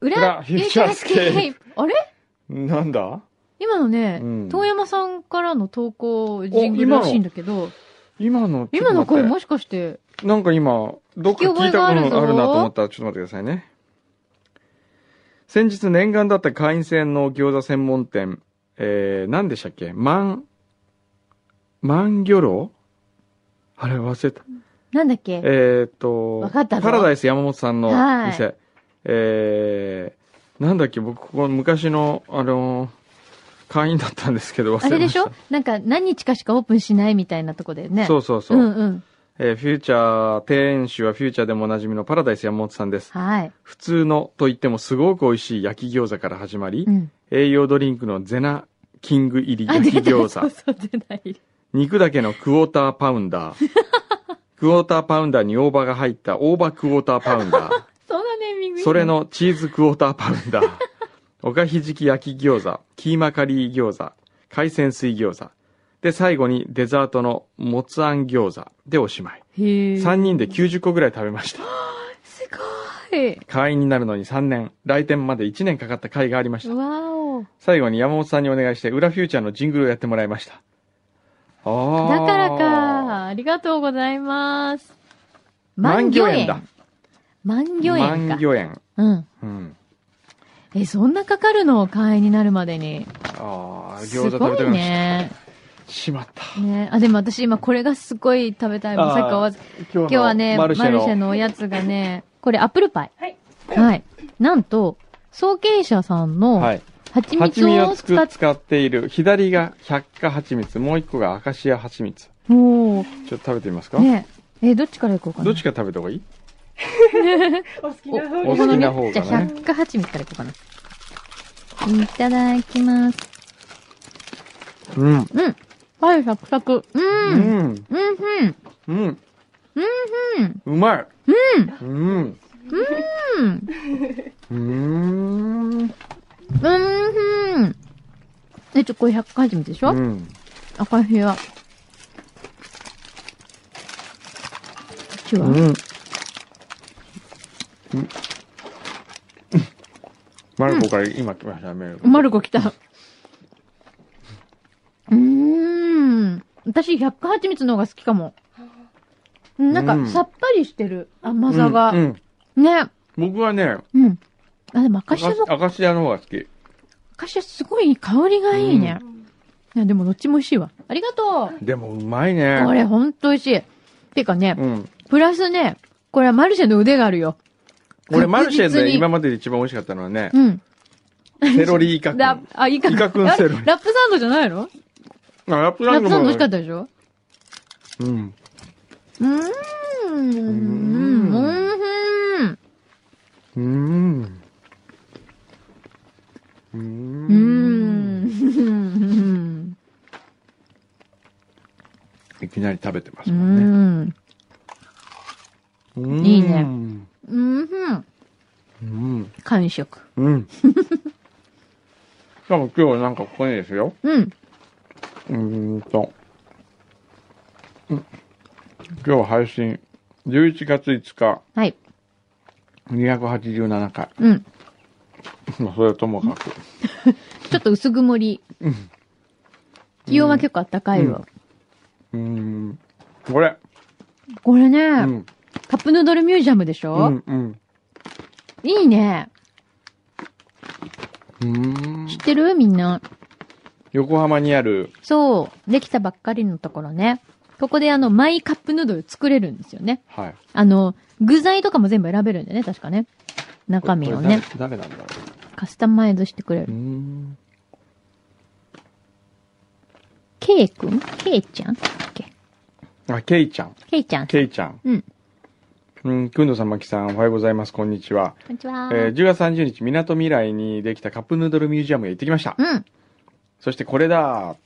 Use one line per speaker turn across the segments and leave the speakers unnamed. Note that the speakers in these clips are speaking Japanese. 桜フューチャースケープ。
あれ
なんだ
今のね、
うん
遠山さんからの投稿ジングルらしいんだけど、
今の、
今の声
声
もしかして、
なんか今、どっか聞いた
聞き覚
こ
えが
と
あ
あ
る
る
ぞ
なと思ったら、ちょっと待ってくださいね。先日念願だった会員制の餃子専門店、えー、何でしたっけ万、万魚楼あれ忘れた。
なんだっけ
えーっと
わかったぞ
パラダイス山本さんの
はい
店、えー、なんだっけ僕ここ昔のあのー会員だったんですけど忘れま
あ
した
れでしょなんか何日かしかオープンしないみたいなとこだよね。
そううそうそう、
んうん。
えーフューチャー店主はフューチャーでもおなじみのパラダイス山本さんです
はい。
普通のと言ってもすごく美味しい焼き餃子から始まり、
うん。
栄養ドリンクのゼナキング入り
あ、
焼
出
き
てそう
餃
そう
子
出ない。
肉だけのクォーターパウンダ ークォーターパウンダーに大葉が入った大葉クォーターパウン ダー
そんなネーミングいい
それ。のチーズクォーターパウンダー、おかひじき焼き餃子、キーマカリー餃子、海鮮水餃子。で、最後にデザートのもつあん餃子でおしまい。
へえ。
3人で90個ぐらい食べました。
すごい。
会員になるのに3年、来店まで1年かかった会がありました。
わお。
最後に山本さんにお願いして、裏フューチャーのジングルをやってもらいました。あー
だから。か。ありがとうございます。
万魚園だ。。
万魚園か
万。魚園。
うん。
うん。
え、そんなかかるの会員になるまでに。
ああ、
す
餃子食べたくな
ご
ってき
い
た。
ね。
しまった。
ねあ、でも私今これがすごい食べたい。もうさっきわず
今
今日はね、マルシェのおやつがね、これアップルパイ。はい。なんと、創建者さん
は
の
い。蜂
蜂蜜
蜜
を
を
使っ
使
て、
使っている。左が百花蜂蜜、もう一個がアカシア蜂蜜。
も
ちょっと食べてみます
う、
か、
ねえ、どっちからいこうかな。
どっちから食べた方がいい
お好きな方
お
に
好きな方がね
じゃあ、百花蜂蜜からいこうかな。いただきます。
うん。
うん。はい、サクサク。うん。
う
うん、
ん。
うん。
うん。
うん。
うまい。うん。
うん。
うん。
うん。え、ちょ、これ百花蜂蜜でしょ、
うん。
赤い部屋。こっちは、
うん。マルコから今来ました、メール。
マルコ来た。うーん。私、百花蜂蜜の方が好きかも。なん
う
か、
ん
さっぱりしてる。甘さが。
うんうん
ね。
僕はね、
うん。あ、でも、
ア
赤シャも、
カシアの方が好き。
赤シャすごい香りがいいね。いや、でも、どっちも美味しいわ。ありがと。
でもうまいうね。
これ、ほんと美味しい。てかね、
うん。
プラスね、これはマルシェの腕があるよ。
俺、マルシェ
確実
で
に
今までで一番美味しかったのはね、
うん。
セロリイカ君。
ラ
あ、
あ、イカ
イカ君
あれ
セロリ
ラップサンドじゃないの
ラップ
ラップサンド美味しかっ
った
でしょ
た。うん。
うーん。
ん
うーん。
うーん。うー
うー
ん。
ん。
いきなり食べてま
う
す
ー
もんね。
ん。
うーん
いいねうん。
うん。
完食。
うん。 しかも今日なんかここにですよ。
うん。
うーんと。うん今日配信、11月5日、
はい。
287回。
うん。
まあ、それともかく。
ちょっと薄曇り。気温は結構あったかいわ。
うーん。これ。
これ
う
ね、
ん。
カップヌードルミュージアムでし
う
ょ
ん。うん。
いいね。
うーん
知ってるみんな。
横浜にある、
そう。できたばっかりのところね。ここであの、マイカップヌードル作れるんですよね。
はい。
あの、具材とかも全部選べるんだよね、確かね。中身をね
こ。れ誰。誰なんだろ
カスタマイズしてくれ
う。うー
る。
ん。
ケイくんケイちゃんだっけ
あ、ケイちゃん。
ケイちゃん。こ
ケイちゃん。
うん。
うん、くんどさん、まきさん、おはようございます。こんにちは。
んにちは。
えー10月30日、みなとみらいにできたカップヌードルミュージアムへ行ってきました。
うん。
そしてこれだ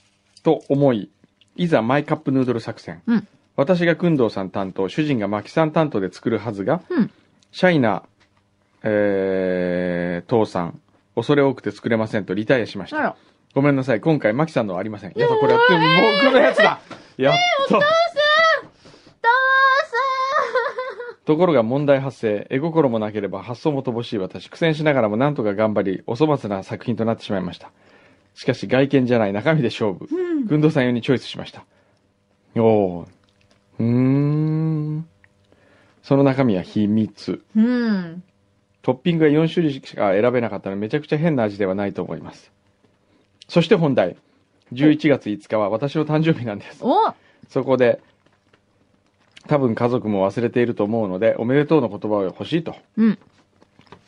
と思い、いざマイカップヌードル作戦。
うん
私がくんどさん担当、主人がまきさん担当で作るはずが、
うん
シャイな、えー、父さん、恐れ多くて作れませんとリタイアしまし
あ
た。
ら。
ごめんなさい、今回、マキさんのはありません。やっぱこれやって、僕のやつだやっと、
父さん
ところが問題発生、絵心もなければ発想も乏しい私、苦戦しながらも何とか頑張り、お粗末な作品となってしまいました。しかし外見じゃない中身で勝負。軍藤さん用にチョイスしました。おー。うーん。その中身は秘密。
うん。
トッピングは4種類しか選べなかったのでめちゃくちゃ変な味ではないと思います。そして本題。11月5日は私の誕生日なんです。
お
そこで、多分家族も忘れていると思うので、おめでとうの言葉を欲しいと。
うん。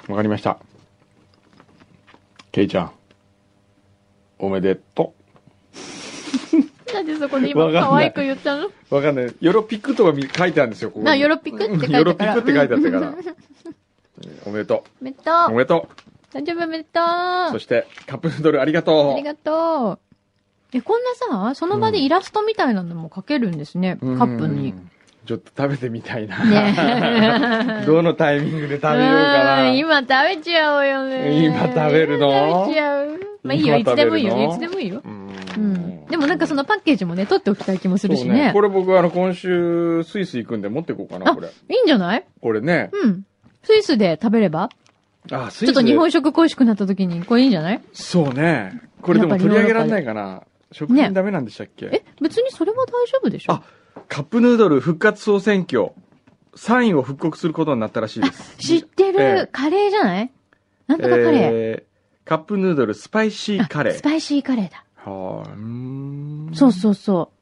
わかりました。ケイちゃん、おめでと
なんでそこで
わかん
今
ない
可愛く言ったの
う。わかんない。ヨロピックとかみ書いてあるんですよ、ここに
な、ヨロピクって書
ヨ
いて
ロピ
か
ッ
ら。
クって書いてあったか
う
ら
ん。
おめでと
おめでと
う。おめ
う。
でと
誕生日おめでとう。
う。そ
あ
して、カップヌードルありがとう。
りがとう。え、こんなさ、その場でイラストみたいなのも描けるんですね、カ
うん
ップに
う。んちょっと食べてみたいな。
ね
どのタイミングで食べようか
う
な。
ーん今食べちゃおうよね。
今食べるの
今食べちゃう。まあいいよ、い
今食べ
つで
る
も
の
いいよ、いつでもいいよ。う
うん
ん。でもなんかそのパッケージもね、取っておきたい気もするし
そう
ね
こ。れ僕、あの、今週、スイス行くんで持っていこうかな、
あ
これ。
いいんじゃない
これね。
うん。スイスで食べれば
あ、スイ
ちょ
ス
っと日本
酒。
食恋しくなった時に、これいいんじゃない
そうね。これでも
やっぱ
取
り
り上げられないかな。食品ダメなんでしたっけ、
え、別にそれは大丈夫でしょ
あカップヌードル復活総選挙。サインを復刻することになったらしいです。
知ってる、
ええ
カレーじゃないなんとかカレー。
えーカップヌードルスパイシーカレ
あス
ー。
パイシーカレーだ。
はーうーん
そうそうそ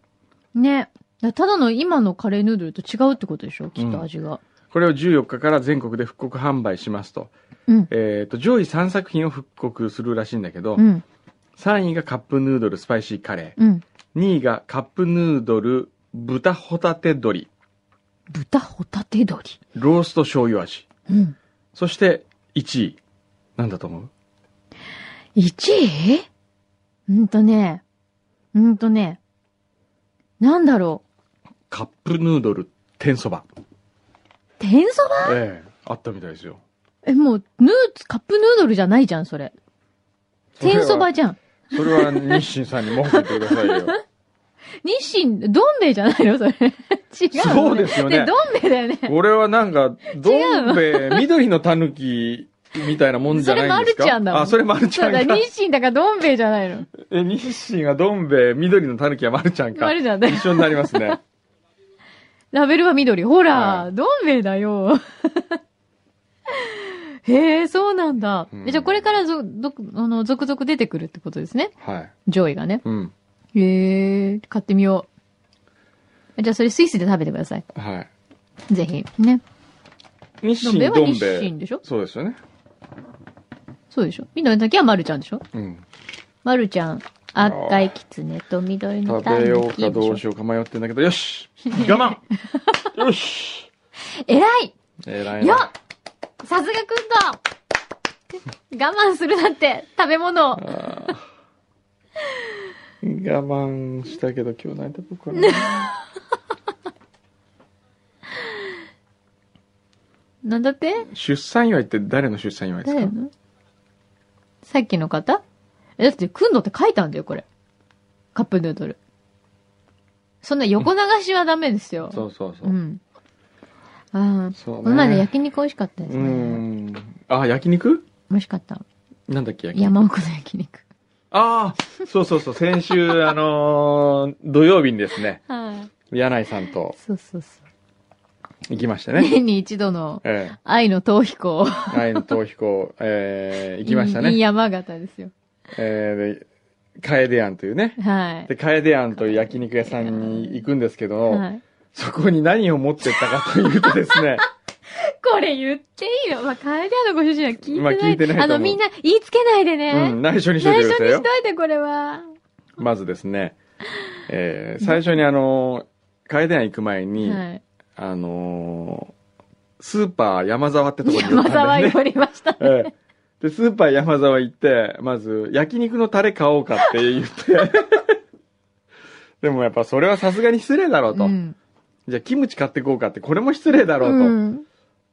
う。ね。だただの今のカレーヌードルと違うってことでしょきっと味が。
これを14日から全国で復刻販売しますと。
うん。
えっ、と、上位3作品を復刻するらしいんだけど、
うん。
3位がカップヌードルスパイシーカレ
うん。
ー、2位がカップヌードル豚ホタテ鶏、
豚ホタテ鶏。
ロースト醤油味。
うん。
そして1位。なんだと思う
1位うんとね。うんとね。なんだろう。
カップヌードル天そば。
天そば
ええあったみたいですよ。
え、もう、ヌーツ、カップヌードルじゃないじゃん、それ。天そばじゃん。
それは日清さんに文句言ってください よ。
日清、どん兵衛じゃないのそ れ。違う。
そうですよね
で、どん兵衛だよね。
俺はなんか、どん兵衛、緑のたぬきみたいなもんじ
そ
ゃないん
れマ
で
ル
すか
ちゃんだもん。
あ、それ丸ちゃん
そう
か
だ、。日清だからどん兵衛じゃないの。
え、日清がどん兵衛、緑のたぬきは丸ちゃんか。
丸ちゃんだよ
一緒になりますね。
ラベルは緑。ほら、
は
どん兵衛だよ。 へえ、そうなんだ。
うん
えじゃあこれからぞどあの続々出てくるってことですね。
はい。
上位がね。
うん。
へえ、買ってみよう。じゃあそれスイスで食べてください。
はい。
ぜひ。ね。
日
どん兵
清
衛は
どん
日
兵衛
清。でしょ
そうですよね。
そうでしょ緑の時は丸ちゃんでしょ
うん。
丸ちゃん、赤い狐と緑の
食
タヌ
べ
キでし
よ
ょ
うかどうしようか迷ってんだけど、よし我慢よし
偉い
偉い
よっ
な。
さすがくんと我慢するなんて、食べ物を。
あー我慢したけど今日泣いたとこかな。
なんだって
出産祝いって誰の出産祝いです
誰
か
のさっきの方え、だって、くんどって書いたんだよ、これ。カップヌードル。そんな横流しはダメですよ。。
そうそうそうう。
ん。ああ、
そうね。
この前の焼肉美味しかったです
う
ね。
ん。あ、焼肉
美味しかった。
なんだっけ焼肉
山奥の焼肉。
ああ、そうそうそう、先週、あのー土曜日にですね、
はい。
柳井さんと
そうそうそ
行きまして
う。
ね。
年に一度の
ええ、
愛の逃避行。
愛の逃避行、ええ行きました
いい
ね。
山形ですよ。
ええで、カエデアンというね。
はい。
で、カエデアンという焼肉屋さんに行くんですけど、
はい、
そこに何を持ってったかというとです ね、
これ言っていいよ。まあ、カエデアのご主人は聞いて
ま
な
あ
い。
聞いてないと思う
あの、みんな言いつけないでね。
うん、内緒にしとい
内
て
緒
く
に
ださい
し
よ。
といて、これは。
まずですね、ええ最初にあのー、カエデアン行く前に、
はい。
あのースーパー山沢ってところに寄っ
山
たんだよ
沢
ね。
寄りました。
ええで、スーパー山沢行って、まず、焼肉のタレ買おうかって言って。 でもやっぱそれはさすがに失礼だろうと。
うん
じゃあキムチ買ってこうかって、これも失礼だろうと。
うん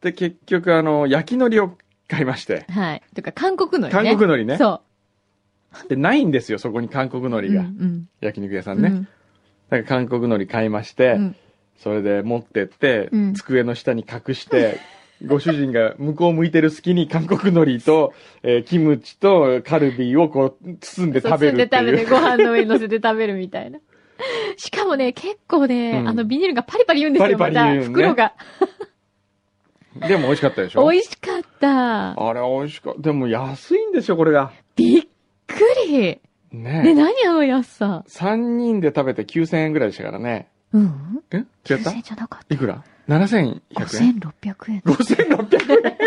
で、結局あの、焼き海苔を買いまして。
はい。とか、韓国のりね。
韓国海苔ね。
そ
で、ないんですよ、そこに韓国海
う。
苔が。
うん
焼肉屋さ
うん
んね。
う
だから韓国海苔買いまして、
ん
それで持ってって、
うん
机の下に隠して、 ご主人が向こう向いてる隙に韓国海苔と、えーキムチとカルビーをこう包んで食べるって
そう包ん
い
で食べ
う。
て、ご飯の上に乗せて食べるみ たいな。しかもね、結構ね、
うん
あの、ビニールがパリパリ言うんですよ、
パリパリ言う
ま
ね
た。袋が。
でも美味しかったでしょ
美味しかった。
あれ美味しかった。でも安いんでしょ、これが。
びっくり。
ねえ
ね、何あの安さ。
3人で食べて9000円ぐらいでしたからね。
うん
え違っ
?9000
た
円じゃなかった。
いくら ?7100 円。
5600円。
5600円。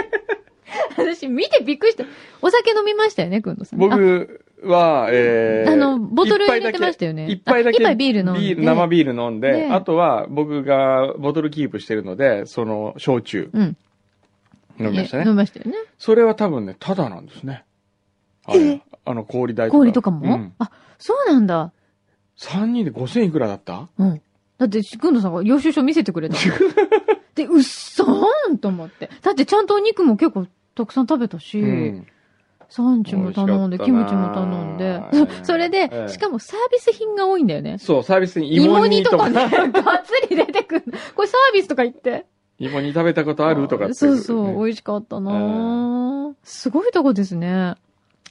私見てびっくりした。お酒飲みましたよね、くんのさん。あ
僕は、えー、
あの、ボトル入れてました
よ
よね。
一杯だけ。
あ一杯ビール飲んで。
生ビール飲んで、
ね
あとは僕がボトルキープしてるので、その、焼酎
うん。
飲みました
え飲
ね。
みましたよね。
それは多分ね、ただなんですね。あれ
え
あの、氷代とか。
氷とか
う
も
ん、
あ、そうなんだ。
3人で5000いくらだった
うん。だって、くんのさんが領収書見せてくれたの。で、うっそーんと思って。だってちゃんとお肉も結構たくさん食べたし、
うん。
サンチュも頼んで、
美味しかったな
キムチも頼んで。 そそれで、
ええ
しかもサービス品が多いんだよね。
そう、サービスに芋
芋煮
煮
と
と
か
か。
ね、 がっつり出てくる。これサービスとか言って。
芋煮食べたことあるとかって。
そうそう、
ね
美味しかったなー、すごいとこですね。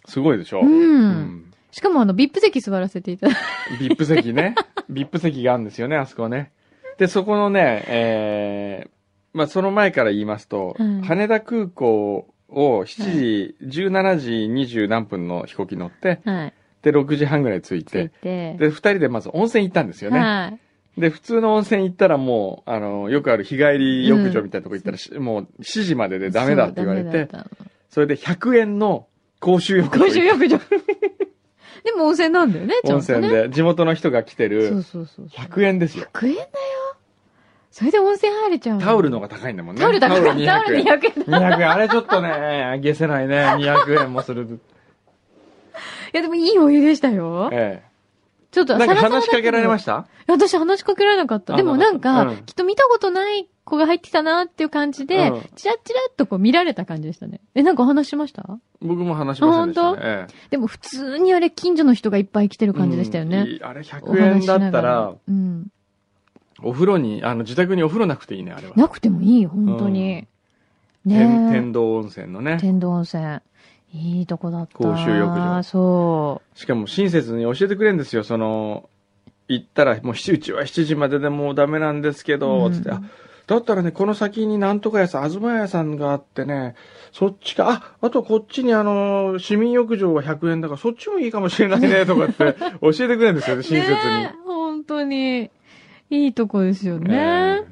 すごいでしょ
う。ん。
うん
しかもあの、ビップ席座らせていただいて。
ビップ席ね。ビップ席があるんですよね、あそこね。で、そこのね、えー、まあ、その前から言いますと、
うん
羽田空港を7時、17時20何分の飛行機乗って、
はい。
で、6時半ぐらい着い
つい
て、
て。
で、2人でまず温泉行ったんですよね。
はい。
で、普通の温泉行ったらもう、あの、よくある日帰り浴場みたいなとこ行ったらし、もう7時まででダメだって言われ
そうダメ
て、
だったの
それで100円の公衆浴場
公衆
行っ
浴場。でも温泉なんだよね、
た
ちゃ
温
んと
泉
ね。
で、地元の人が来て
そう
る、
そうそうそう。
100円ですよ。
100円だよ。それで温泉入れちゃうの
タオルの方が高いんだもんね。
タオルだから、タオ
200
ル
円。
200円。い
200円。あれちょっとね、ゲせないね。200円もする。
や、でもいいお湯でしたよ。
え
ちょっ
え。
と、
なんか話しかけられま
し
した
た私話しかけられなかった。でもなん
あ
か
のうん、
きっと見たことない子が入ってきたなっていう感じで
うん、
チラチラっとこう見られた感じでしたね。え、なんかお話ししました
僕も話しませんでした
あ本
ね。え
でも普通にあれ近所の人がいっぱい来て
え
る感じでしたよ
う
ね
ん。いいあれ
お
100
話
円
し
だ
な
っ
が
た
ら
ら、。
うん。
お風呂に、あの、自宅にお風呂なくていいね、あれは。
なくてもいいよ、本当に。
天
ね
天童温泉の
え。
ね。
天童温泉。いいとこだった。
公衆浴場
そ
しかも親切に教えてくれるんですよ、その、行ったら、もう7、うちは7時まででもうダメなんですけど、
うん
つって、あ、だったらね、この先になんとか屋さん、東屋さんがあってね、そっちか、あ、あとこっちにあの、市民浴場は100円だから、そっちもいいかもしれない ね、とかって教えてくれるんですよね、親
う。
切に。
ねえ本当に。いいとこですよね。
え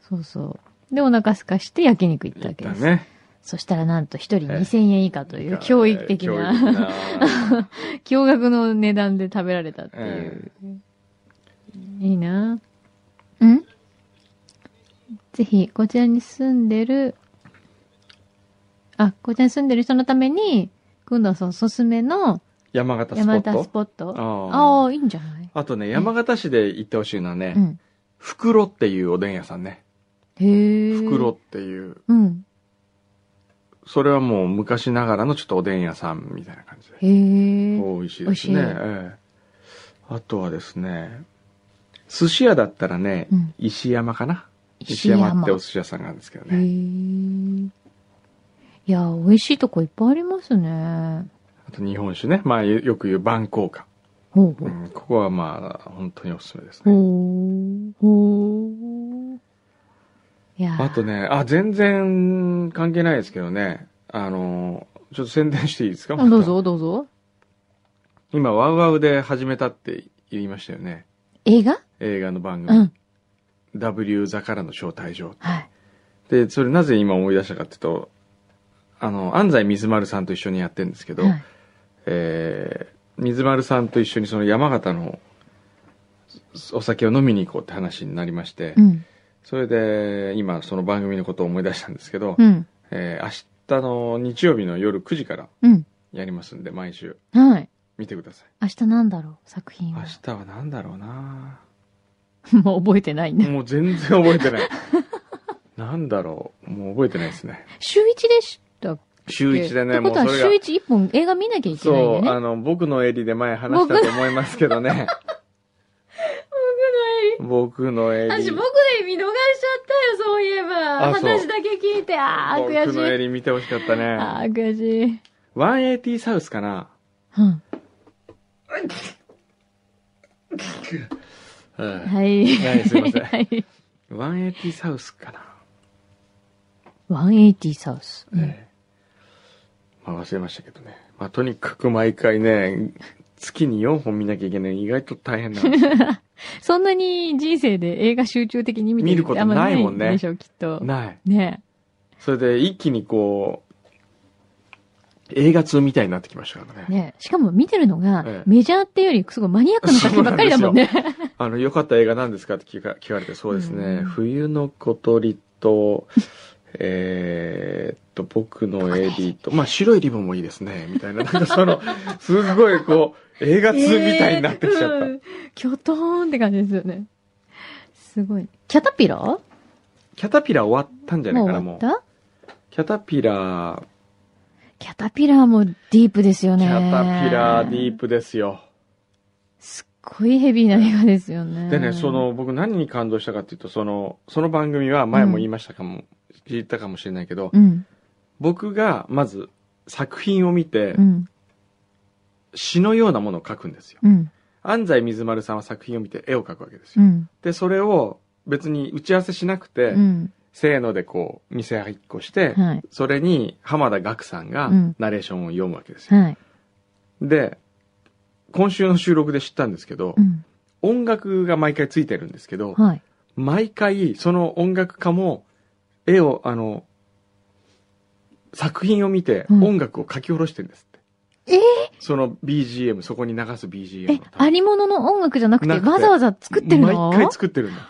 そうそう。で、お腹すかして焼肉行っ
え
た
行
わ
っ
け
た
です。
ね。
そしたらなんと一人
ええ
2000円以下という驚異的
教
な、
育的な
驚愕の値段で食べられたっていう
え。
いいなうんぜひ、こちらに住んでる、あ、こちらに住んでる人のために、くんどうさんおすすめの
山形スポ
山
ッ
形ス
ト。
ポット。
あ
あ
あ
あ、いいんじゃない
あとね、山形市で行ってほしいのはね、
うん。
袋っていうおでん屋さんね。
へえ。
袋っていう、
うん。
それはもう昔ながらのちょっとおでん屋さんみたいな感じで。
へえ。
美味しいです
美
ね。
味しい
ええあとはですね、寿司屋だったらね、
うん
石山かな
石
石
山
山ってお寿司屋さんがあるんですけど
へえ。
ね。
いや、美味しいとこいっぱいありますね。
あと日本酒ね、まあよく言う万効果、
ほうほ
う
う。
ん。ここはまあ本当におすすめですね。
ほう。ほう。いやー
あとね、あ、全然関係ないですけどね、あの、ちょっと宣伝していいですか
あどう。ぞ、どうぞ。
今、ワウワウで始めたって言いましたよね。
映画
映画の番組。
うん。
W 座からの招待状。
はい。
で、それなぜ今思い出したかっていうと、あの、安西水丸さんと一緒にやってるんですけど、
はい
えー水丸さんと一緒にその山形のお酒を飲みに行こうって話になりまして、
うん。
それで今その番組のことを思い出したんですけど、
うん。
えー明日の日曜日の夜9時から
うん。
やりますんで、毎週
はい。
見てください。
明日なんだろう、作品
明
は。
日は何だろうな
もう覚えてないね。
もう全然覚えて ない。なんだろうもう覚えてないですね。
週一でしたっけ
週1でね、
ってこ
もう
と
そ
は
れが
週。一一本映画見なきゃいけない
そ
よ
う、
ね。
あの、僕の襟で前話 したと思いますけどね。僕の襟。
私、僕のったよ、そういえば。
あそう
話だけ聞いて、ああ、
僕
悔
の
しい。
襟見てほしかった
ああ、
ね。
悔しい。
180サウスかな。
うん。
は
はい。
はいすいません
はい。
い、180サウスかな。
180サウス。うん
ええまあ忘れましたけどね。まあとにかく毎回ね、月に4本見なきゃいけない。意外と大変なんです よ
そんなに人生で映画集中的に見て
見る
っ
こ
て
と
あんま
ないもんね
でしょ、きっと。
ない。
ね
それで一気にこう、映画通みたいになってきましたから
え。
ね。
ねえ。しかも見てるのが、
ええ
メジャーっていうより、すごいマニアックな作品ばっかりだもんね。
あの、良かった映画なんですかって聞か聞かれて、そうですね。
うん
冬の小鳥と、 えーっと、僕のエリと、まあ白いリボンもいいですね。みたいな、なんかその、 すごいこう、映画通 みたいになってきちゃった。
えーうんキョトーンって感じですよね。すごい。キャタピラーも
キャタピラー終わったんじ
う
ゃないかな、
終わ
も
っ
う。
た
キャタピラー、
キャタピラーもディープですよ
キ
ね。
ャタピラーディー
プ。
プですよ。
すっごいヘビーな映画ですよね。
でね、そ、の、僕何に感動したかっていうと、その、その番組は前も言いましたかも、言ったかもしれないけど、
うん、
僕がまず作品を見て、
うん、
詩のようなものを書くんですよ。
うん、
安西水丸さんは作品を見て絵を描くわけです
う
よ。
ん、
で、それを別に打ち合わせしなくて、
うん、
せーのでこう、見せ合いっこして、
はい、
それに浜田岳さんが
うん
ナレーションを読むわけですよ。
はい、
で、今週の収録で知ったんですけど、
うん、
音楽が毎回ついてるんですけど、
はい。
毎回その音楽家も絵をあの作品を見て
うん
音楽を書き下ろしてるんですって、
えー
その BGM そこに流す BGM
え、ありものの音楽じゃなくて、
なくて
わざわざ作ってるの
毎回作ってるんだって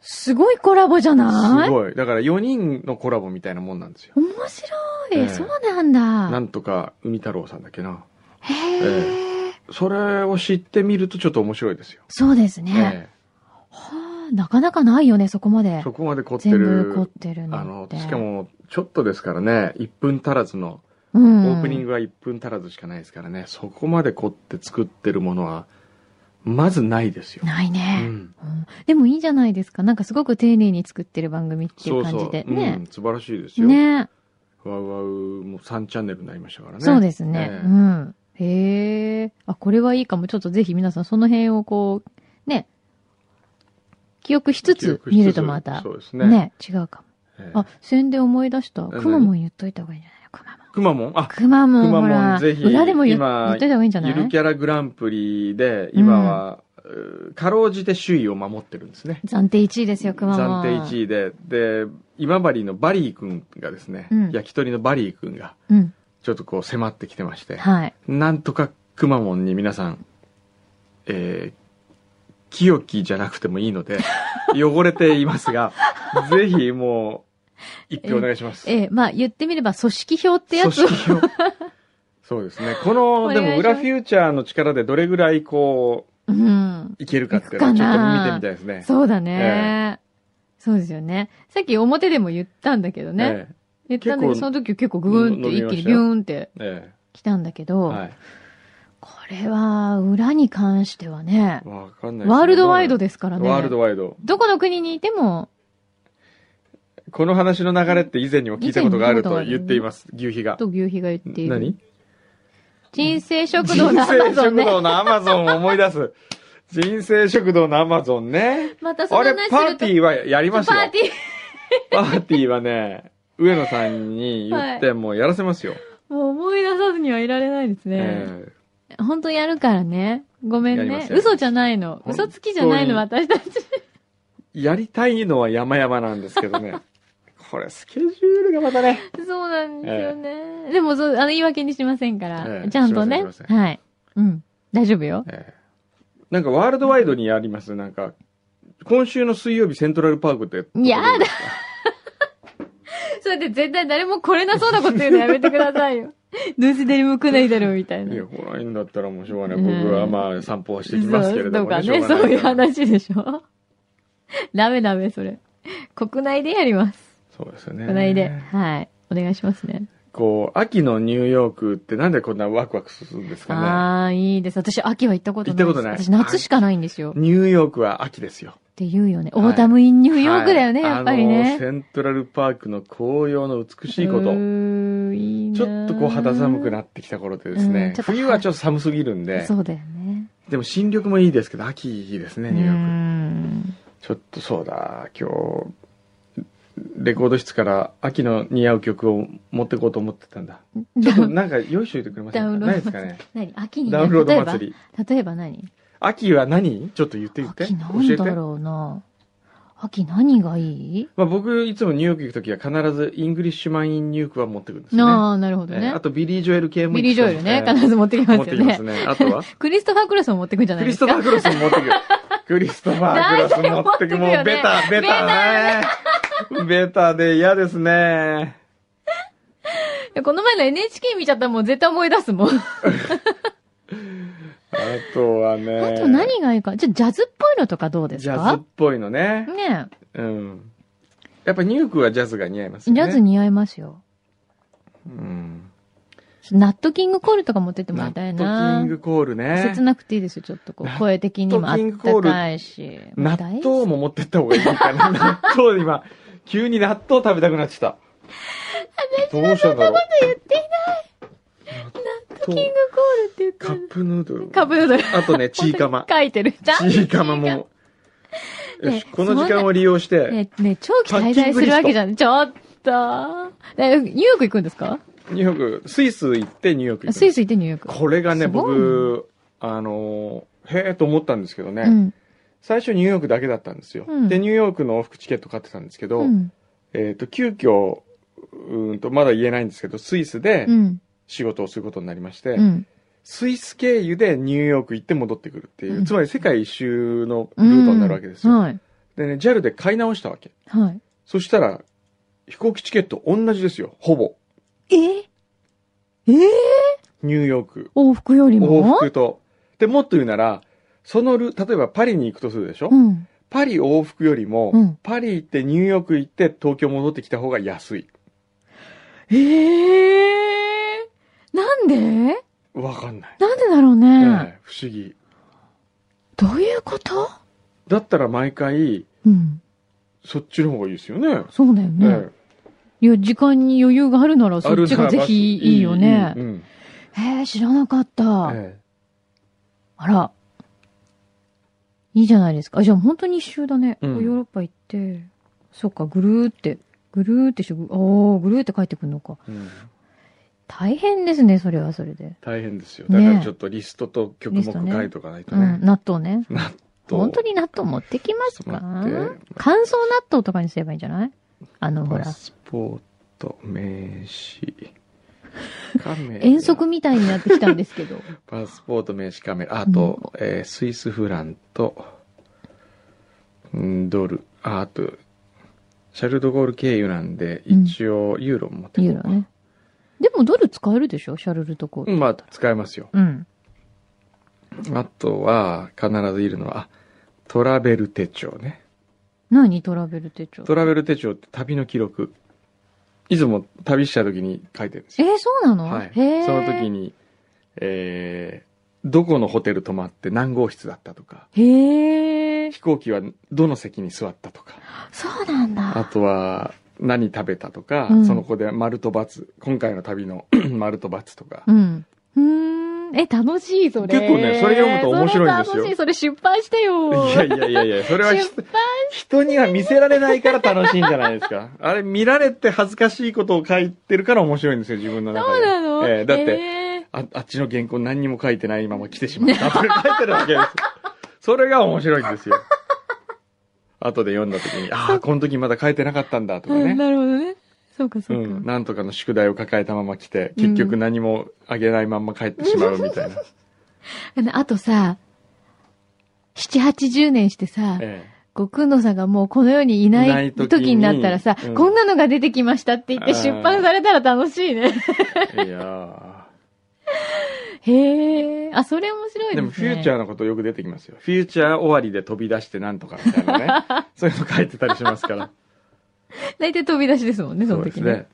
すごいコラボじゃない
すごいだから4人のコラボみたいなもんなんですよ
面白い、
ええ
そうなんだ。
なんとか海太郎さんだっけな
へえ、
それを知ってみるとちょっと面白いですよ、
そうですね。
え
はあ、なかなかないよね、そこま
え
で。
そこまで凝って
全部
る
凝ってる
あ
のっ
の
て。
しか、もちょっとですからね1分足らずの
オ
オープニン
グ。
グは1分足らずしかないですからね、そこまで凝って作ってるものは、まずないですよ。
ないうね、
ん、
うんでもいいじゃないですか。なんかすごく丁寧に作ってる番組ってい
そうう
感
そう
じ、で。
う
ね
ん。素晴らしいですよ。
ね
ワウワウも3チャンネルになりましたからね。
そうですね。
ええ
うん。へえ。あ、これはいいかも。ちょっとぜひ皆さんその辺をこう、ね。記憶しつ
記
つ
憶しつつ
見るとまた
そ、うですね。
ね違うか
ええ
も。あ、宣伝思い出した。
何
くまモン言っといた方がいいんじゃないの
くまモン、あ、
くまモン。くまモ
くまモ
ン、ほら。
ンぜひ
裏でも言っ
今
言っといた方がいいんじゃな
ゆる
い
キャラグランプリで、今は、うーかろうじて首位を守ってるんですね。
暫定1位ですよ、くまモ
暫定
ン。
1位で、で、今治のバリー君がですね、
うん
焼き鳥のバリー君が、
位。うん。
ちょっとこう迫ってきてまして、
はい。
なんとかくまモンに皆さん、えー、清きじゃなくてもいいの で、汚れていますが、ぜひもう、一票お願いします。
ええ、まあ言ってみれば組織票ってや
組
つを。
織票。そうですね。こ
お
の、
願い
で
します
も、裏フューチャーの力でどれぐらいこ
うん。
う、いけるかっていうのを
いく
ちょ
か
っと見
な
てみたいですね。
そうだね。そうですよね。さっき表でも言ったんだけどね。
え
言ったんだけど、
結構
その時結構グーンって
伸
一
びまし
気に
た
ビ
よ
ューンって
ええ
来たんだけ
え
ど、
はい。
これは裏に関してはね、
わかんない
ワールドワイド
で
ですから
す
ね。
ね。ワールドワイド。
どこの国にいても、
この話の流れって以前にも聞いたことがあると言っています、牛皮が。
と牛皮が言っている。
何
人生食
人
堂のアマ
生
ゾ
食
ンね。
堂のアマゾンを思い出す。人生食堂のアマゾンね。
またそ
あ
の
れ
話、す
パ
る
ー
と
ティーはやりますよ。
パーティ
パーティーはね、上野さんに言ってもうやらせますよ。
ー。もう思い出さずにはいられないですね。
え
本当やるからね。ごめん
やりま
ね
す。よ
嘘じゃないの。嘘つきじゃないの、
本
私たち。
ーやりたいのは山々なんですけど ね。これ、スケジュールがまたね。
そうなんですよね。でもそう、あの、言い訳にしませんから。
ええ
ちゃんとね
しませんしま。せ
はい。うん。大丈夫よ。
えーなんかワールドワイドにやります。なんか、今週の水曜日セントラルパークって。
やだそれで絶対誰も来れなそうなこと言うのやめてくださいよ。 どうせ誰も来ないだろう、みたいな。
いや、来ないんだったらもうしょうがない。
うん
僕はまあ散歩をしてきますけれども、
そうとかね、
しょが
そう
な
いう
から
話でしょ。 ダメダメ、それ。国内でやります。
そうですよね。
国内で。はい。お願いしますね。
こう、秋のニューヨークってなんでこんなワクワクするんですかね。
ああ、いいです。私、秋は行ったことないです。
行ったことない
私、夏しかないんですよ。
ニューヨークは秋ですよ。
って言うよね。
はい
オータム・イン・ニューヨークだよね、
はい
やっぱり
あの
ね。
セントラルパークの紅葉の美しいこ
う
と。
ーいいな
ちょっとこう肌寒くなってきた頃でです
う
ね
んちょ、っと
冬はちょっと寒すぎるんで、
そうだよね。
でも新緑もいいですけど、秋いいですね、ニューヨーク。
ん。
ちょっとそうだ、今日、レコード室から秋の似合う曲を持ってこうと思ってたんだ。ちょっとなんか用意しといてくれません
ダ
か
ウンロ
ない
ー
で
ド
すか
祭
ね
り。。何秋に
ダウンロード祭
り。
り。
例えば何
秋は何ちょっと言って言って。
秋
教
なん
えて
だ。ろうな。秋何がいい
まあ僕、いつもニューヨーク行くときは必ずイングリッシュマン・イン・ニューヨークは持ってくるんですよね。
ああ、なるほど
え
ね
ーあ。とビリー・ジョエル系も
ビリー・ジョエルね、必ず持ってき
持
ま
っ
す
て
よ
きます
ね。
ね。あとは
クリストファー・クロスも持ってくんじゃな
ク
いで
リス
す
ト
か
ファー・クロスも持ってくる。クリストファー・クロス持ってくる。
大
もう
体持ってくよね
ベタ、ベタね。ベタで嫌ですね。
いやこの前の NHK 見ちゃったらもう絶対思い出すもん。あ
あとはね。
と何がいいか。じゃ、ジャズっぽいのとかどうです
ジャズ
か
っぽいのね。
ねえ
うん。やっぱニューヨークはジャズが似合います
ジ
よね。
ャズ似合いますよ。
うん。
ナットキングコールとか持ってってもら
ナ
いたい
ッ
な。
トキングコールね
切。なくていいですよ、ちょっとこ
ナッ
う、声的にも
ナ
あ
ットキングコ
っ
ール
たかいし。
納
大好き
豆も持ってった方がいいかな。 納豆今、急に納豆食べたくなっちゃった。どうしたんだろう。
キングコールって言って
カ
る
ッ。プヌードル。
カップヌードル。
あとね、チーカマ。
書いてる。ちゃん
チーカマも。
ね
よし、この時間を利用して、
ねね長期滞在するわけじゃん。ちょっと。えニューヨーク行くんですか
ニューヨーク、スイス行ってニューヨーク行くんです
スイス行ってニューヨーク。
これがね、
すごいね
僕、あのー、へえと思ったんですけどね、
うん。
最初ニューヨークだけだったんですよ。
うん
で、ニューヨークの往復チケット買ってたんですけど、
うん。
えっ、と、急遽、うーんと、まだ言えないんですけど、スイスで
うん。
仕事をすることになりまして、
うん。
スイス経由でニューヨーク行って戻ってくるっていう、
うん
つまり世界一周のルートになるわけですよ。
はい。
でね、JAL で買い直したわけ。
はい。
そしたら、飛行機チケット同じですよ、ほぼ。
ええ
ニューヨーク。
往復より
往
も
復と。で、もっと言うなら、そのル、例えばパリに行くとするでしょ、
うん。
パリ往復よりも、
うん
パリ行ってニューヨーク行って東京戻ってきた方が安い。
ええなんで
わかんない。
なんでだろうね。
ええ不思議。
どういうこと
だったら毎回、
うん。
そっちの方がいいですよね。
そうだよ
え
ね。いや、時間に余裕があるなら
え
そっちがぜひいいよね
いい。うん
へえ、知らなかった。
え
あら。いいじゃないですか。あじゃあ本当に一周だね。
うん
ヨーロッパ行って。そっか、ぐるーって。ぐるーってしょ、おー、ぐるーって帰ってくるのか。
えうん
大変ですね、それはそれで。
大変ですよ。だ
ねえ
からちょっとリストと曲目
リストね
書いとかないと
う
ね
ん、。納豆ね。
納豆。
本当に納豆持ってきます
ちょ
か
っと待って
乾燥納豆とかにすればいいんじゃないあの、ほ
パ
ら。
スポート、名刺、 カメラ。
遠足みたいになってきたんですけど。
パスポート、名刺、カメラ。あと、えースイスフランと、んドル。あ、あと、シャルルドゴール経由なんで、
うん
一応、ユーロも持ってこう
ユーロね。でもドル使えるでしょシャルルとこ。
うんまあ、使えますよ。
うん。
あとは、必ずいるのは、あトラベル手帳ね。
何トラベル手帳。
トラベル手帳って旅の記録。いつも旅した時に書いてるんです
え
よ。
ー、そうなの
はい。
へー
その時に、えー、どこのホテル泊まって何号室だったとか、
へえ。
飛行機はどの席に座ったとか、
そうなんだ。
あとは何食べたとか、
うん
その子で丸と×、今回の旅の 丸と×とか
う、ん。うーん。え、楽しい、それ。
結構ねそれ読むと面白いんですよ
それ楽しい、それ失敗したよ。
いやいやいやいや、それはひ
失敗
人には見せられないから楽しいんじゃないですか。あれ見られて恥ずかしいことを書いてるから面白いんですよ、自分の中
そ
で。
うなの、
ええだって、
え
ああっちの原稿何にも書いてないまま来てしまったとか書いてるわけですよ。それが面白いんですよ。後で読んだ時に、ああ、この時まだ書いてなかったんだとか
ーあ
ね。
なるほどね。そうか、
う
そうか。
ん。なんとかの宿題を抱えたまま来て、結局何もあげないまんま帰ってしまうみ たいな。
あとさ、七八十年してさ、
え
ごくんのさんがもうこの世にいないい
ない時に
時になったらさ、
うん
こんなのが出てきましたって言って
あー
出版されたら楽しいね。
え。いや
へえ。 あ、それ面白
ー
いですね。
でもフューチャーのことよく出てきますよ。フューチャー終わりで飛び出してなんとかみたい なね。そういうの書いてたりしますから。
大体飛び出しですもんね、そ
そう
の
で
時
す
ね。
ね。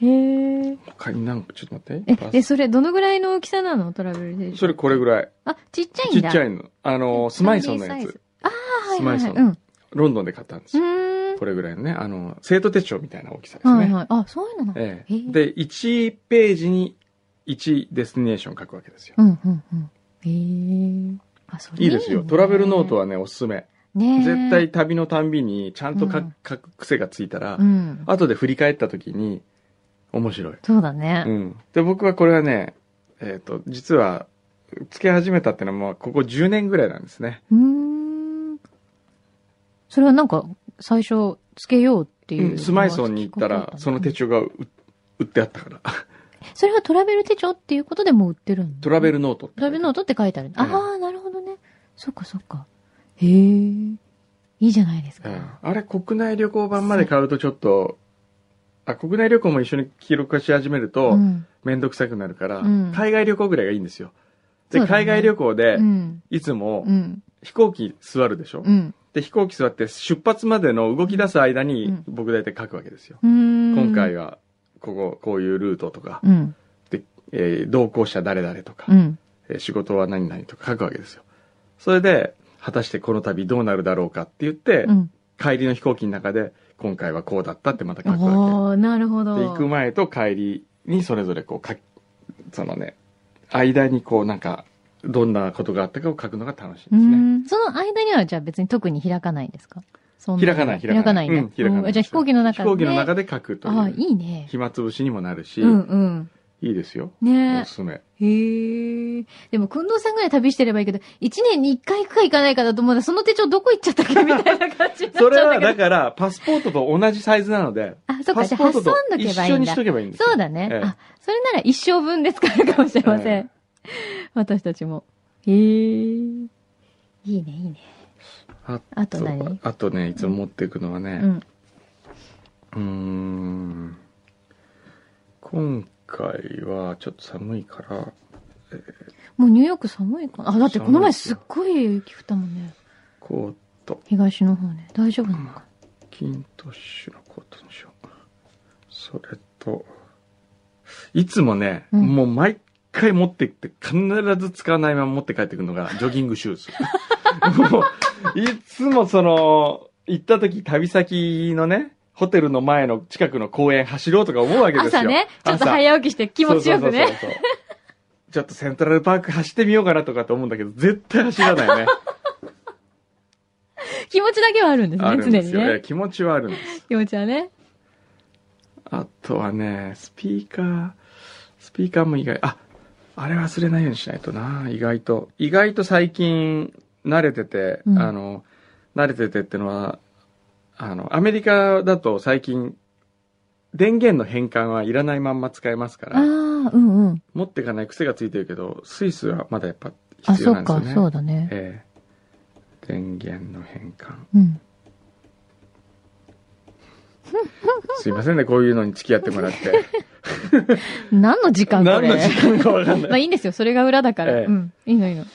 へえ。
他になんかちょっと待って。
え
パ、ス
え、それどのぐらいの大きさなのトラベルテーション
それこれぐらい。
あ、ちっちゃい
ち
ん
っ
だ。
ちゃ
い。
いの。あの、スマイソンのや
ファミリーサ
つ
イズ。ああ、ははい
スマ
は
イ
い
ソ
は
ン
い。うん。う
ロンドンで買ったんですよ。
ーん。
これぐらいのね、あの、生徒手帳みたいな大きさですね。
はいはい。あ、そういうのなの
え
へ
え
え
で、1ページに1デスティネーション書くわけですよ。
うんうんうん。へえ。あ、それ
いいですよ。トラベルノート
は。
はね、おすすめ。
ねえ
絶対。旅のたんびにちゃんと書
うん
書く癖がついたら、
うん。
後で振り返った時に面白い。
そうだね
う。ん。で、僕はこれはね、えっ、と、実は、つけ始めたってのはもうここ10年ぐらいなんですね。
うーん。それはなんか、最初、つけようっていうう、
ん、スマイソンに行ったら、その手帳がう売ってあったから。
それはトラベル手帳っていうことでもう売ってるんだ
トラベルノートって書いてある。
トラベルノートって書いてあるんだ。
うん
ああ、なるほどね。そっかそっか。へえ。いいじゃないですか。
うんあれ、国内旅行版まで買うとちょっと、あ、国内旅行も一緒に記録化し始めると、
うん。
めんどくさくなるから、
うん
海外旅行ぐらいがいいんですよ。で、
そうだね
海外旅行で
う、ん。
いつも
うん。
飛行機座るでしょ、
うん。
で、飛行機座って出発までの動き出す間
う
に
ん、
僕大体書くわけですよ。
今
今回。は、ここ、こういうルートとか、
うん。
えー同行者誰々とか、
うん。
えー仕事は何々とか書くわけですよ。それで、果たしてこの旅どうなるだろうかって言って、
うん。
帰りの飛行機の中で、今回はこうだったってまた書くわ
おー、なるほ
け。
ど。
で、行く前と帰りにそれぞれこう書き、そのね、間にこうなんか、どんなことがあったかを書くのが楽しいで
う
すね。
ん。その間には、じゃあ別に特に開かないんですかそん
開かない、
開かないんだ。
うん開かな
おー
い。
じゃあ飛行機の中
飛
で。
行機の中
で。
で書くと
ああ、
い。
いういね。
暇つぶしにもなるし、
うんうん。
いいですよ。お
ね
すすめ。
え。へえ。でも、くんどうさんぐらい旅してればいいけど、一年に一回行くか行かないかだと思うらその手帳どこ行っちゃったっけみたいな感じになっちゃ
それ
うんだ
は、
けど
だ。から、パスポートと同じサイズなので、
あ、そ
パ
っか、じ
ス
ゃ
ポ
あ
ー
挟
ト
ん
と
どけ
一
ばいい
緒
ん
に
だ
し。とけばいいんですよ
そうだね。
ええ
あ、それなら一生分で使えるかもしれません。
ええ
私たちも。へえ。いいね、いいね。
あ
あと何
そうあとね、いつも持っていくのはね、
うん。
うーん今回はちょっと寒いから、
もうニューヨーク寒いかな。あ、だってこの
寒い
前
です
すっ
よ
ごい雪降ったもんね。
コート、
東の方ね。大丈夫なのかな。
キントッシュのコートにしよう。それと、いつもね、
うん
もう毎回持ってって、必ず使わないまま持って帰ってくるの が、ジョギングシューズ。もう、いつもその、行った時、旅先のね、ホテルの前の近くの公園走ろうとか思うわけですよ。
朝ね、ちょっと
朝
早起きして気持ちよく
そう
ね。
そうそうそう。ちょっとセントラルパーク走ってみようかなとかと思うんだけど、絶対走ら ないね。
気持ちだけはあるんです
あ
ね、
る
常
んです
に
よ、ええ
ね。
気持ちはあるんです。
気持ちはね。
あとはね、スピーカー、スピーカーも意外、あ、あれ忘れないようにしないとな、意外と。意外と最近、慣れてて、
うん
あの、慣れててってのは、あの、アメリカだと最近、電源の変換はいらないまんま使えますか
ああ
ら、
ー、うんうん。
持ってかない癖がついてるけど、スイスはまだやっぱ
あ、
必
そ
要なですよ
うんか
ね。、
そうだね。
えー電源の変換。
うん。
すいませんね、こういうのに付き合ってもら って。
何の時間こ
何
れ
の時間かわかん
まあ
ない。
いいんですよ。それが裏だから。
ええ
うん。いいのいいの。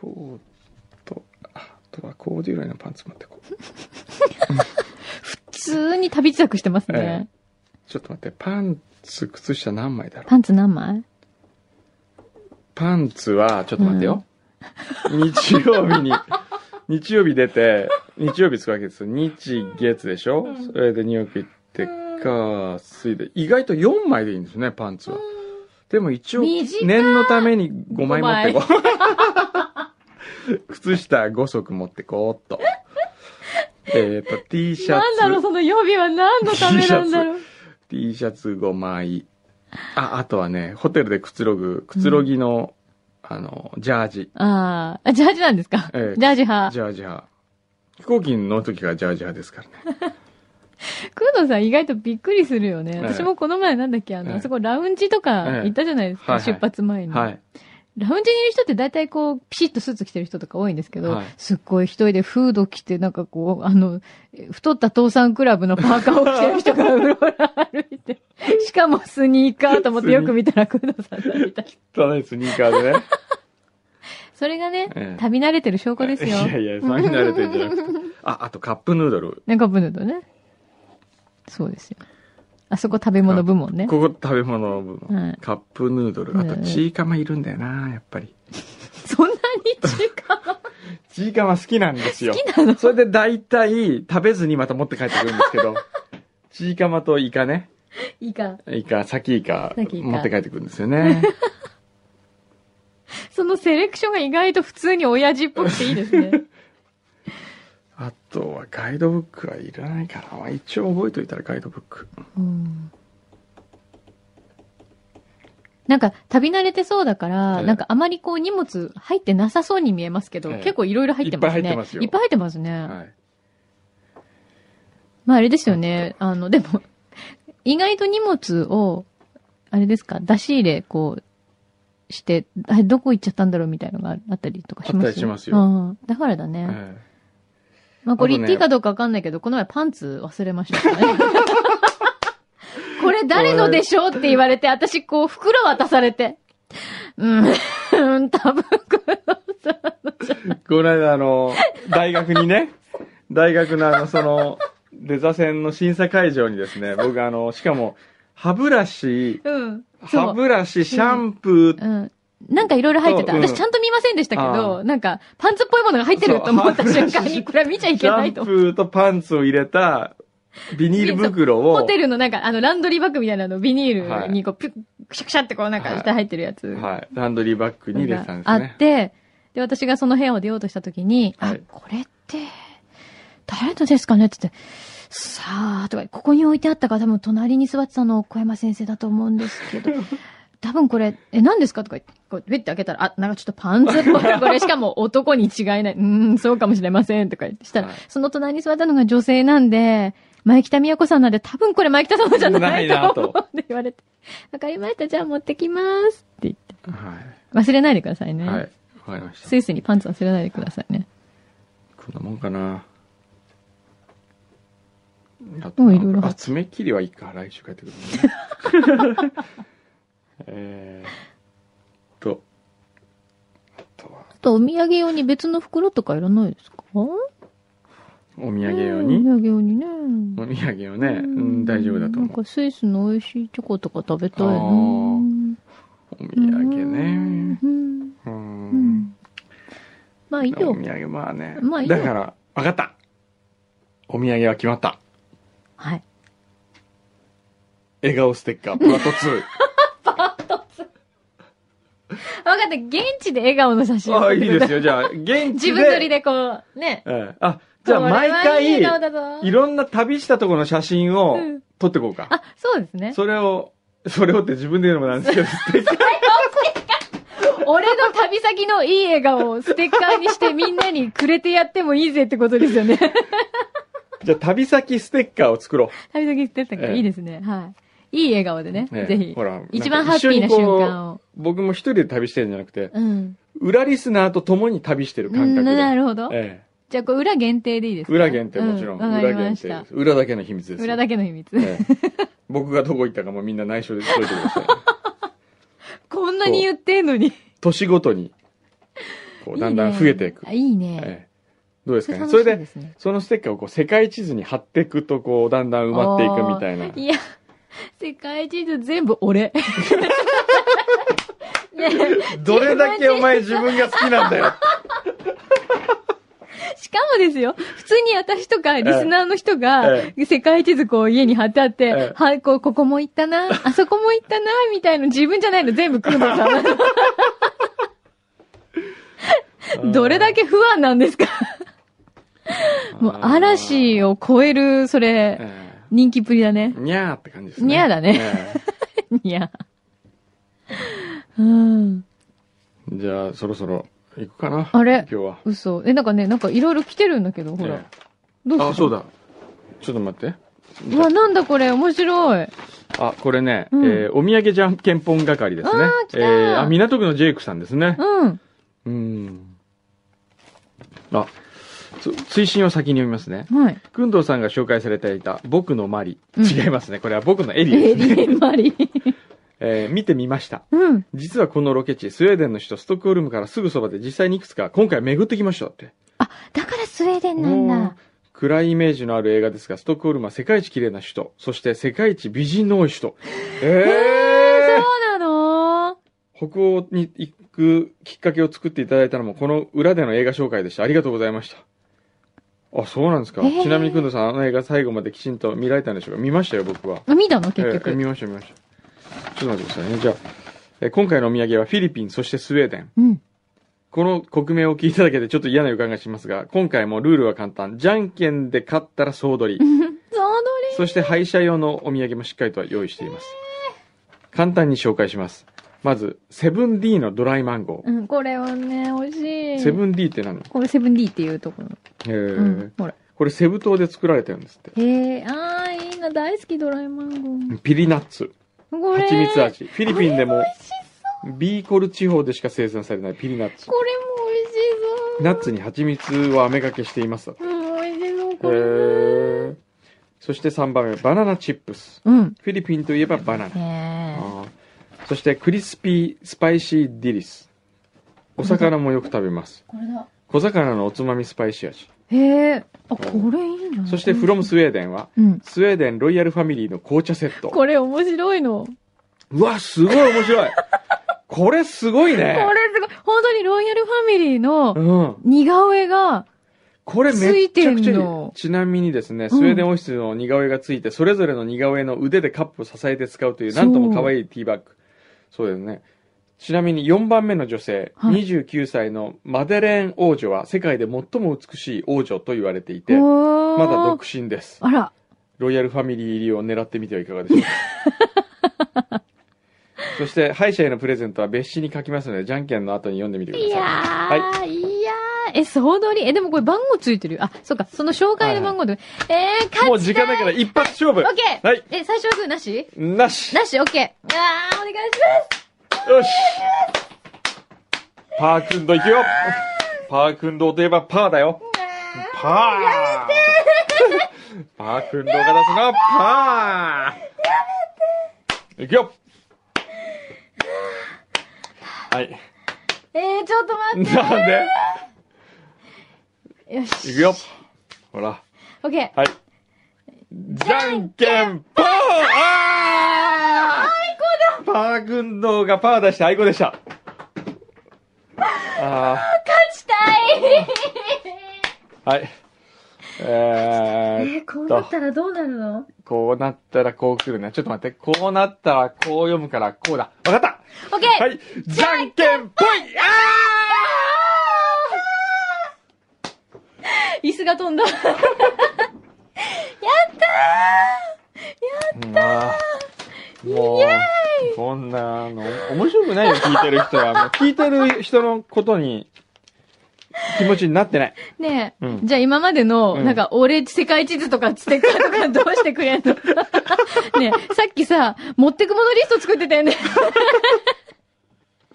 コート、あとはコーデュロイのパンツ持ってこう。
普通に旅自宅してますね。
ちょっと待って、パンツ、靴下何枚だろう
パンツ何枚
パンツは、ちょっと待ってよ。日曜日に、日曜日出て、日曜日着くわけですよ。日、月でしょ、
うん
それでニューヨーク行って、か、水で。意外と4枚でいいんですね、パンツは。でも一応、
短い
念のために5枚持ってこう。 靴下5足持ってこうっと。えっと、T シャ
なんだろう、
ツ、
その予備は何のためなんだろう。
T シャツ5枚。あ、あとはね、ホテルでくつろぐ、くつろぎの、あの、ジャージ。
ああ、ジャージなんですか、
ええ
ジャージ派。
ジャージ派。飛行機に乗る時がジャージ派ですからね。
工藤さん意外とびっくりするよね。
ええ
私もこの前なんだっけ、あの、
ええ
あそこラウンジとか行ったじゃないですか、
ええはいはい
出発前に。
はい。
ラウンジにいる人って大体こう、ピシッとスーツ着てる人とか多いんですけど、
はい
すっごい一人でフード着て、なんかこう、あの、太った父さんクラブのパーカーを着てる人がうろうろ歩 いて、しかもスニーカーと思ってよく見たら工藤さんだ みたいな。
汚いスニーカーで ね。
それがね、
ええ
旅慣れてる証拠ですよ。
いやいや、そういうの慣れてんじゃなく て。あ、あとカップヌードル。
ね、カップヌードルね。そうですよ。あそこ食べ物部門ね。
ここ食べ物の部分。
はい。
カップヌードル。あと、チーカマいるんだよな、やっぱり。
そんなに時間
ちいかま好きなんですよ。
好きなの
それで大体食べずにまた持って帰ってくるんですけど、ちいかまとイカね。
いいか。
イカ、サキイカ、
サキイカ
持って帰ってくるんですよね。
そのセレクションが意外と普通に親父っぽくていいですね。
あとはガイドブックはいらないかな。まあ一応覚えといたらガイドブック。
うんなんか、旅慣れてそうだから、
ええ
なんかあまりこう荷物入ってなさそうに見えますけど、
ええ
結構いろいろ入ってますね。
いっぱい入ってますよ
いっぱい入ってますね。
はい。
まああれですよね。あの、でも、意外と荷物を、あれですか、出し入れ、こう、して、あどこ行っちゃったんだろうみたいなのがあったりとかします
あったりしますよ
うんだからだね。
ええ
まあこれ
あと
言
ね
っていいかどうかわかんないけど、この前パンツ忘れましたね。 これ誰のでしょうって言われて、私こう袋渡されて。うん、うん、多分これ
この間あの、大学にね、 大学のあの、その、デザ戦の審査会場にですね、僕あの、しかも、歯ブラシ、
うん。そう
歯ブラシ、シャンプー、
うん。なんかいろいろ入ってた。
そううん
私ちゃんと見ませんでしたけ
あ
ど、なんかパンツっぽいものが入ってると思った
そう
瞬間に、これは見ちゃい
シ
けない
ャンプ
と。
ーとパンツを入れたビニール袋
ホ
を、
テルのなんか、あの、ランドリーバッグみたいなの、ビニールにこう、ピュッ、クシャクシャってこうなんか下入ってるやつ。
はい、ランドリーバッグに入れてたんで
あ
す
っ
ね。
て、で、私がその部屋を出ようとしたときに、
はい
あ、これって、誰のですかねって言って、さあ、とか、ここに置いてあったから多分隣に座ってたの小山先生だと思うんです けど、多分これ、え、何ですかとか言って、こう、ビッて開けたら、あ、なんかちょっとパンツっぽい。これしかも男に違いない。うーん、そうかもしれません。とか言って、したら、
はい
その隣に座ったのが女性なんで、前北美也子さんなんで、多分これ前北様じゃない
ないな
と
と
思うって言われて、わかりました。じゃあ持ってきます。って言って。
は
忘れないでくださいね。
い。はい。わかりました
ス。イスにパンツ忘れないでくださいね。
こんなもんかな。あ
もういろいろ
あ、爪切りはいいか。来週帰ってくるもん ねえーっと。あとは、
あと、お土産用に別の袋とかいらないですかお
お土産用
お
に。
土産用にね。
お土産用ね。うん、大丈夫だと
なん
思う。
かスイスの美味しいチョコとか食べたいな。
あーお土産ね。
うん。
う。
うんん。まあいい
お
よ。
土産、まあね。
まあいいよ
だから、わかった。お土産は決まった。
はい。
笑顔ステッカー、パート2。
わかった。現地で笑顔の写真を
あ
撮
あ、
っ
い
て
い
くだ
で
さ
すよ。じゃあ、現地で。
自分撮り。でこう、ね。
ええ。あ、じゃあ、毎
これはいい
回、
笑顔だぞ
いろんな旅したところの写真を
うん
撮ってこうか。
あ、そうですね。
それを、それをって自分で言うのもなん ですけど、ステッカー
俺の旅先のいい笑顔をステッカーにしてみんなにくれてやってもいいぜってことですよね。
じゃあ、旅先ステッカーを作ろ
旅先ステッカー、
ええ
いいですね。はい。いい笑顔でね、
う。ね
ぜひ
ほ。ら、
一番
んか
ハッ
一
ピ
緒
ーな
にこ
瞬
う
間を。
僕も一人で旅してるんじゃなくて、
うん。
裏リスナーと共に旅してる感
うん
覚で。
なるほど。
え
じゃあ、こう、裏限定でいいで
え
す。か
裏限定もちろん。
うわか
裏
りま
限
し
定
た
で。す。裏だけの秘密ですよ。
裏だけの秘密。
ええ僕がどこ行ったかもみんな内緒でしといてください。
こんなに言ってんのに。
年ごとに、こう、だんだん増えていく。
あいいね。
ええどうです
そ
か
れ
ね。
楽
そ
しい
れで
で、すね。
そのステッカーをこう世界地図に貼っていくと、こう、だんだん埋まっていくみたいな。
いや、世界地図全部俺。 ね
どれだけお前自分が好きなんだよ。
しかもですよ、普通に私とかリスナーの人が
え、
世界地図こう家に貼ってあっ
え
て
え、
はい、こう、ここも行っ たな、あそこも行ったな、みたいな自分じゃないの全部来るの さ ん。どれだけ不安なんですかもう嵐
を。
を超える、それ、
え
人気っぷりだね
え。にゃーって感じですね。
にゃーだね
え
いや。うん。
え。じゃあ、そろそろ行くかな。
あれ
今日は。
嘘。え、なんかね、なんかいろいろ来てるんだけど、ほら
え。
ど
え
うする
あ、そう。だ。ちょっと待って。
うわ、なんだこれ、面白い。
あ、これね、
うん
えーお土産じゃんけんぽん係ですね
あー。来た
えーあ、港区のジェイクさんですね。
うん。
うん。あ、つ推進を先に読みますね。
はい。
くんどうさんが紹介されていた僕のマリ。
うん
違いますね。これは僕のエリ
エ
ーですね。
リーマリ ー。
えー見てみました。
うん。
実はこのロケ地、スウェーデンの首都ストックホルムからすぐそばで実際にいくつか今回巡ってきましたって。
だからスウェーデンなん
おー
だ。
暗いイメージのある映画ですが、ストックホルムは世界一綺麗な首 都、そして世界一美人の多い首都。え
そ
えー、
うなの
北欧に行くきっかけを作っていただいたのも、この裏での映画紹介でした。ありがとうございました。あ、そうなんですか。
えー
ちなみに、くんどさん、あの映画最後まできちんと見られたんでしょうか見ましたよ、僕は。
あ見たの結
えー
局。
見ました、見ました。ちょっと待ってくださいね。じゃあ、えー今回のお土産はフィリピン、そしてスウェーデン。
うん。
この国名を聞いただけでちょっと嫌な予感がしますが、今回もルールは簡単。じゃんけんで勝ったら総取り。
そうど
そして廃車用のお土産もしっかりと用意しています。簡単に紹介します。まず、セブン D のドライマンゴ
れ。うん、これはね、美味し
ー。
い。
セブン D って何へ
これセブン D っていうところ。う
え
ん。。ほら。
これセブ島で作られてるんですって。
へえ、あー、いいな、大好きドラえもん
ピリナッツ。
号。これ。
蜂蜜味。フィリピンでも
美味し
ビーコル地方でしか生産されないピリナッツ
そう。。これも美味しそう。
ナッツに蜂蜜は飴がけしています。へ
うん、美味しそう、これ。
え。そして3番目、バナナチップス。
うん。
フィリピンといえばバナナ。
へえ。
あーそしてクリスピースパイシーディリスお魚もよく食べます
これだ。
小魚のおつまみスパイシー味
へえ。あ、これいいな。
そしてフロムスウェーデンは
うん。
スウェーデンロイヤルファミリーの紅茶セット
これ面白いの。
うわすごい面白いこれすごい
これ
ね
すごい。本当にロイヤルファミリーの
うん、
似顔絵が、
これめっちゃく
つい
ち
て
ゃい
ん
い
の
ちなみにですねスウェーデン王室の似顔絵がついて、それぞれの似顔絵の腕でカップを支えて使うという
そう
なんとも可愛いティーバッグそうですねちなみに4番目の女性、
はい
29歳のマデレーン王女は世界で最も美しい王女と言われていてま
おー
だ独身です
あら。
ロイヤルファミリー入りを狙ってみてはいかがでしょうか そして歯医者へのプレゼントは別紙に書きますのでじゃんけんの後に読んでみてください
いやー、い、やー。え、総取りえ、でもこれ番号ついてるよあ、そうか、その紹介の番号で。えー、勝ちたい
もう時間だから一発勝負
オッケー
はい
え、最初はグーなし
なし
なし、オッケーあー、お願いします
よしパークンド行くよパークンドといえばパーだよパーパークンドが出すのはパー行くよはい。
えー、ちょっと待って
なんで
よし。
行くよほら。
オッケー
はい。じゃんけんぽんあーパークンドがパー出してアイコでした。あー。
勝ち たい
はい。えー、
え、こうなったらどうなるの
こうなったらこう来るね。ちょっと待って。こうなったらこう読むからこうだ。わかった
オッケー
はい。じゃんけんぽい
椅子が飛んだ。やったー
あーもう、こんなの、面白くないよ、聞いてる人は。もう聞いてる人のことに、気持ちになってない。
ねえ、
うん
じゃあ今までの、
うん
なんか、俺、世界地図とか、ステッカーと かどうしてくれんの ねえ、さっきさ、持ってくものリスト作ってたよね。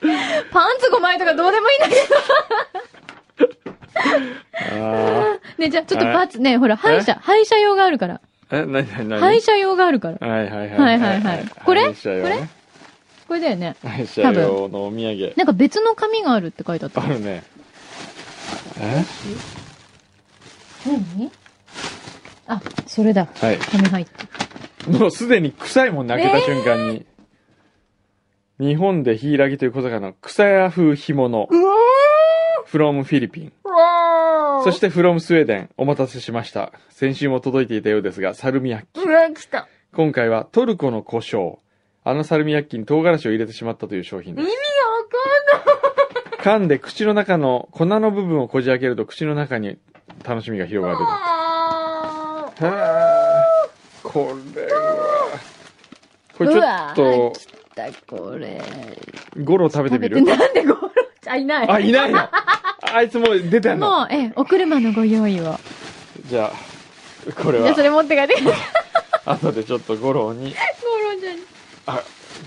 パンツ5枚とかどうでもいいんだけど。
あ
ねえ、じゃあちょっと罰、ねえ、ほら、歯医者、歯医者用があるから。
ーえ、なになになに
歯医者用があるから。
はいはいはい。
はいはいはいこれ
歯医者用ね
これだよね。
歯医者用のお土産。
なんか別の紙があるって書いてあった
あ。るね。え
何あ、それだ。
はい。
紙入ってる。
もうすでに臭いもんね、開けた瞬間に。日本でヒイラギという小魚の草屋風干物。フロムフィリピン。そしてフロムスウェーデン。お待たせしました。先週も届いていたようですが、サルミヤッキ。今回はトルコの胡椒。あのサルミヤッキに唐辛子を入れてしまったという商品です。噛んで口の中の粉の部分をこじ開けると口の中に楽しみが広がる。はあこれは。これちょっ
うわ
と
ー、だ、これ。
ゴロ食べてみる
なんでゴロちゃんいない。
あ、いないのあいつもう出てんの
もう、ええ、お車のご用意を。
じゃあ、これ
じゃあ
は
そ、れ持って帰って。ゴロ
後でちょっとゴロに、
ちゃん
あ、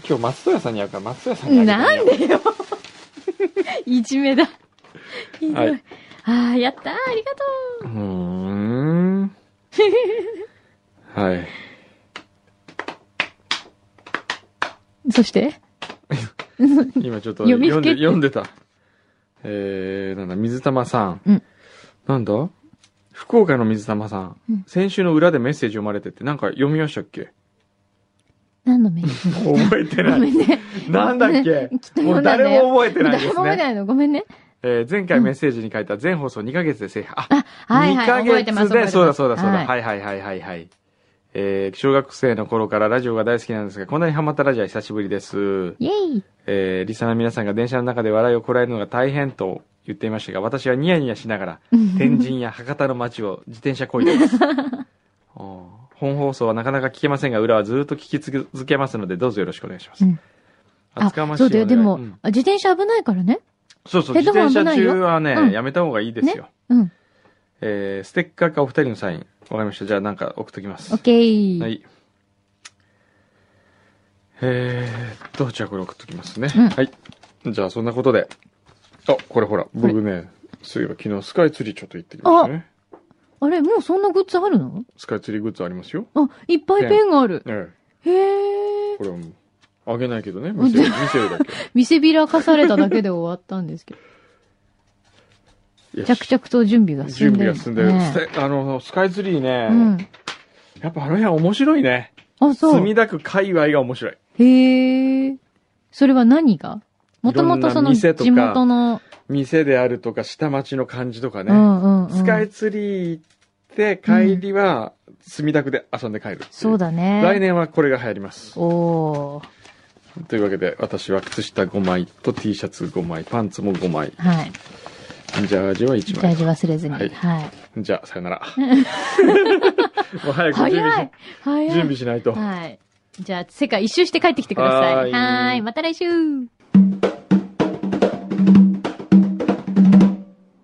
今日松戸屋さんに会うから松戸屋さんにあげてみよう
なんでよ。いじめだ。ひど
はいい。
ああ、やったーありがと
うーん。はい。
う。そして
今ちょっと
読
読
みふ
ん
け
で、
って
読んでた。えー、なんだ、水玉さん。
うん
なんだ福岡の水玉さん,、
うん
先週の裏でメッセージ読まれてて、なんか読みましたっけ
何のメニュ ー
覚えて
ご
な
め
い。
んね。
なんだっけ
きっと
も
読
うん
だん
誰
だよ。
も覚えてないで
誰
す
も見
ね。
ないの。ごめんね。
えー前回メッセージに書いた全放送2ヶ月で制覇。あ、
はいはい。
2ヶ
覚えてます。
月で、そうだそうだそうだ。
はい。
はいはいはいはいはい。えー小学生の頃からラジオが大好きなんですが、こんなにハマったラジオは久しぶりです。
イェイ
えーリスナーの皆さんが電車の中で笑いをこらえるのが大変と言っていましたが、私はニヤニヤしながら、天神や博多の街を自転車こいで ます。あー本放送はなかなか聞けませんが、裏はずっと聞き続けますので、どうぞよろしくお願いします。
うん
厚かま
あ、
しい
そ
お
うだ
願い
よ。でも
うん、
あ自転車危ないからね。
そうそう、
ヘッ
自
ドホン
転車中はね、
危ないようん
やめた方がいいですよ。
うん。
えーステッカーかお二人のサイン。わかりました。じゃあなんか送っときます。
オッケー。
はい。えーっと、じゃあこれ送っときますね。
うん
はい。じゃあそんなことで。あ、これほら、僕ね、そういえば昨日スカイツリーちょっと行ってきましたね。
あれ、もうそんなグッズあるの
スカイツリーグッズありますよ。
あ、いっぱいペンがある。
え
へ
え。
え。
これはもう、あげないけどね。見せる、見せるだけ。
見せびらかされただけで終わったんですけど。
いや
着々と準備が
準
進んで
備
る。
が進んでる。ス
ね
テあの、スカイツリーね、
うん。
やっぱあの辺面白いね。
あ、そう。
墨田区界隈が面白い。
へえ。それは何がもともとその
いろんな店とか
地元の、
店であるとか、下町の感じとか
う
ね。
んうんうん。
スカイツリー行って帰りは墨田区で遊んで帰るってい
そうだね。
来年はこれが流行ります。
おー。
というわけで、私は靴下5枚と T シャツ5枚、パンツも5枚、
はい。
ジャージは
ジ
1
ャー
枚
ジ。忘れずに。
は
はいい。
じゃあ、さよな ら。もう早く準備
早
し
い早い
準備しないと。
はい。じゃあ、世界一周して帰ってきてください。
は
は
ーい
いい。また来週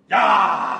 やー